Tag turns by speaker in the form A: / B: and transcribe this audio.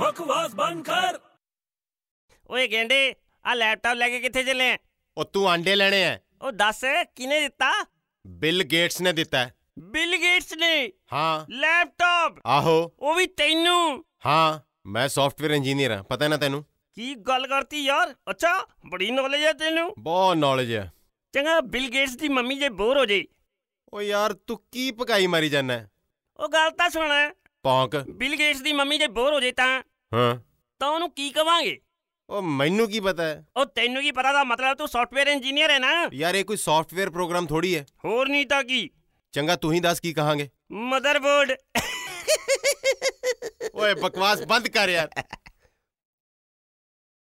A: ਬਕਵਾਸ ਬੰਦ ਕਰ
B: ਓਏ ਗੇਂਡੇ ਆ ਲੈਪਟਾਪ ਲੈ ਕੇ ਕਿੱਥੇ ਚੱਲੇ ਆ
C: ਉਹ ਤੂੰ ਆਂਡੇ ਲੈਣੇ ਐ
B: ਉਹ ਦੱਸ ਕਿਨੇ ਦਿੱਤਾ
C: ਬਿਲ ਗੇਟਸ ਨੇ ਦਿੱਤਾ ਹੈ।
B: ਬਿਲ ਗੇਟਸ ਨੇ
C: ਹਾਂ
B: ਲੈਪਟਾਪ
C: ਆਹੋ
B: ਉਹ ਵੀ ਤੈਨੂੰ
C: ਹਾਂ ਮੈਂ ਸੌਫਟਵੇਅਰ ਇੰਜੀਨੀਅਰ ਹਾਂ ਪਤਾ ਨਾ ਤੈਨੂੰ
B: ਕੀ ਗੱਲ ਕਰਤੀ ਯਾਰ ਅੱਛਾ ਬੜੀ ਨੌਲੇਜ ਹੈ ਤੈਨੂੰ
C: ਬਹੁਤ ਨੌਲੇਜ ਹੈ
B: ਚੰਗਾ ਬਿਲ ਗੇਟਸ ਦੀ ਮੰਮੀ ਜੇ ਬੋਰ ਹੋ ਜੇ
C: ਓ ਯਾਰ ਤੂੰ ਕੀ ਪਕਾਈ ਮਾਰੀ ਜਾਂਦਾ
B: ਉਹ ਗੱਲ ਤਾਂ ਸੁਣ
C: ਪੌਂਕ
B: ਬਿਲ ਗੇਟਸ ਦੀ ਮੰਮੀ ਜੇ ਬੋਰ ਹੋ ਜੇ ਤਾਂ
C: ਹਾਂ
B: ਤਾਂ ਉਹਨੂੰ ਕੀ ਕਵਾਂਗੇ
C: ਓ ਮੈਨੂੰ ਕੀ ਪਤਾ ਹੈ
B: ਉਹ ਤੈਨੂੰ ਕੀ ਪਤਾ ਦਾ ਮਤਲਬ ਤੂੰ ਸੌਫਟਵੇਅਰ ਇੰਜੀਨੀਅਰ ਹੈ ਨਾ
C: ਯਾਰ ਇਹ ਕੋਈ ਸੌਫਟਵੇਅਰ ਪ੍ਰੋਗਰਾਮ ਥੋੜੀ ਹੈ
B: ਹੋਰ ਨਹੀਂ ਤਾਂ ਕੀ
C: ਚੰਗਾ ਤੂੰ ਹੀ ਦੱਸ ਕੀ ਕਹਾਂਗੇ
B: ਮਦਰਬੋਰਡ
C: ਓਏ ਬਕਵਾਸ ਬੰਦ ਕਰ ਯਾਰ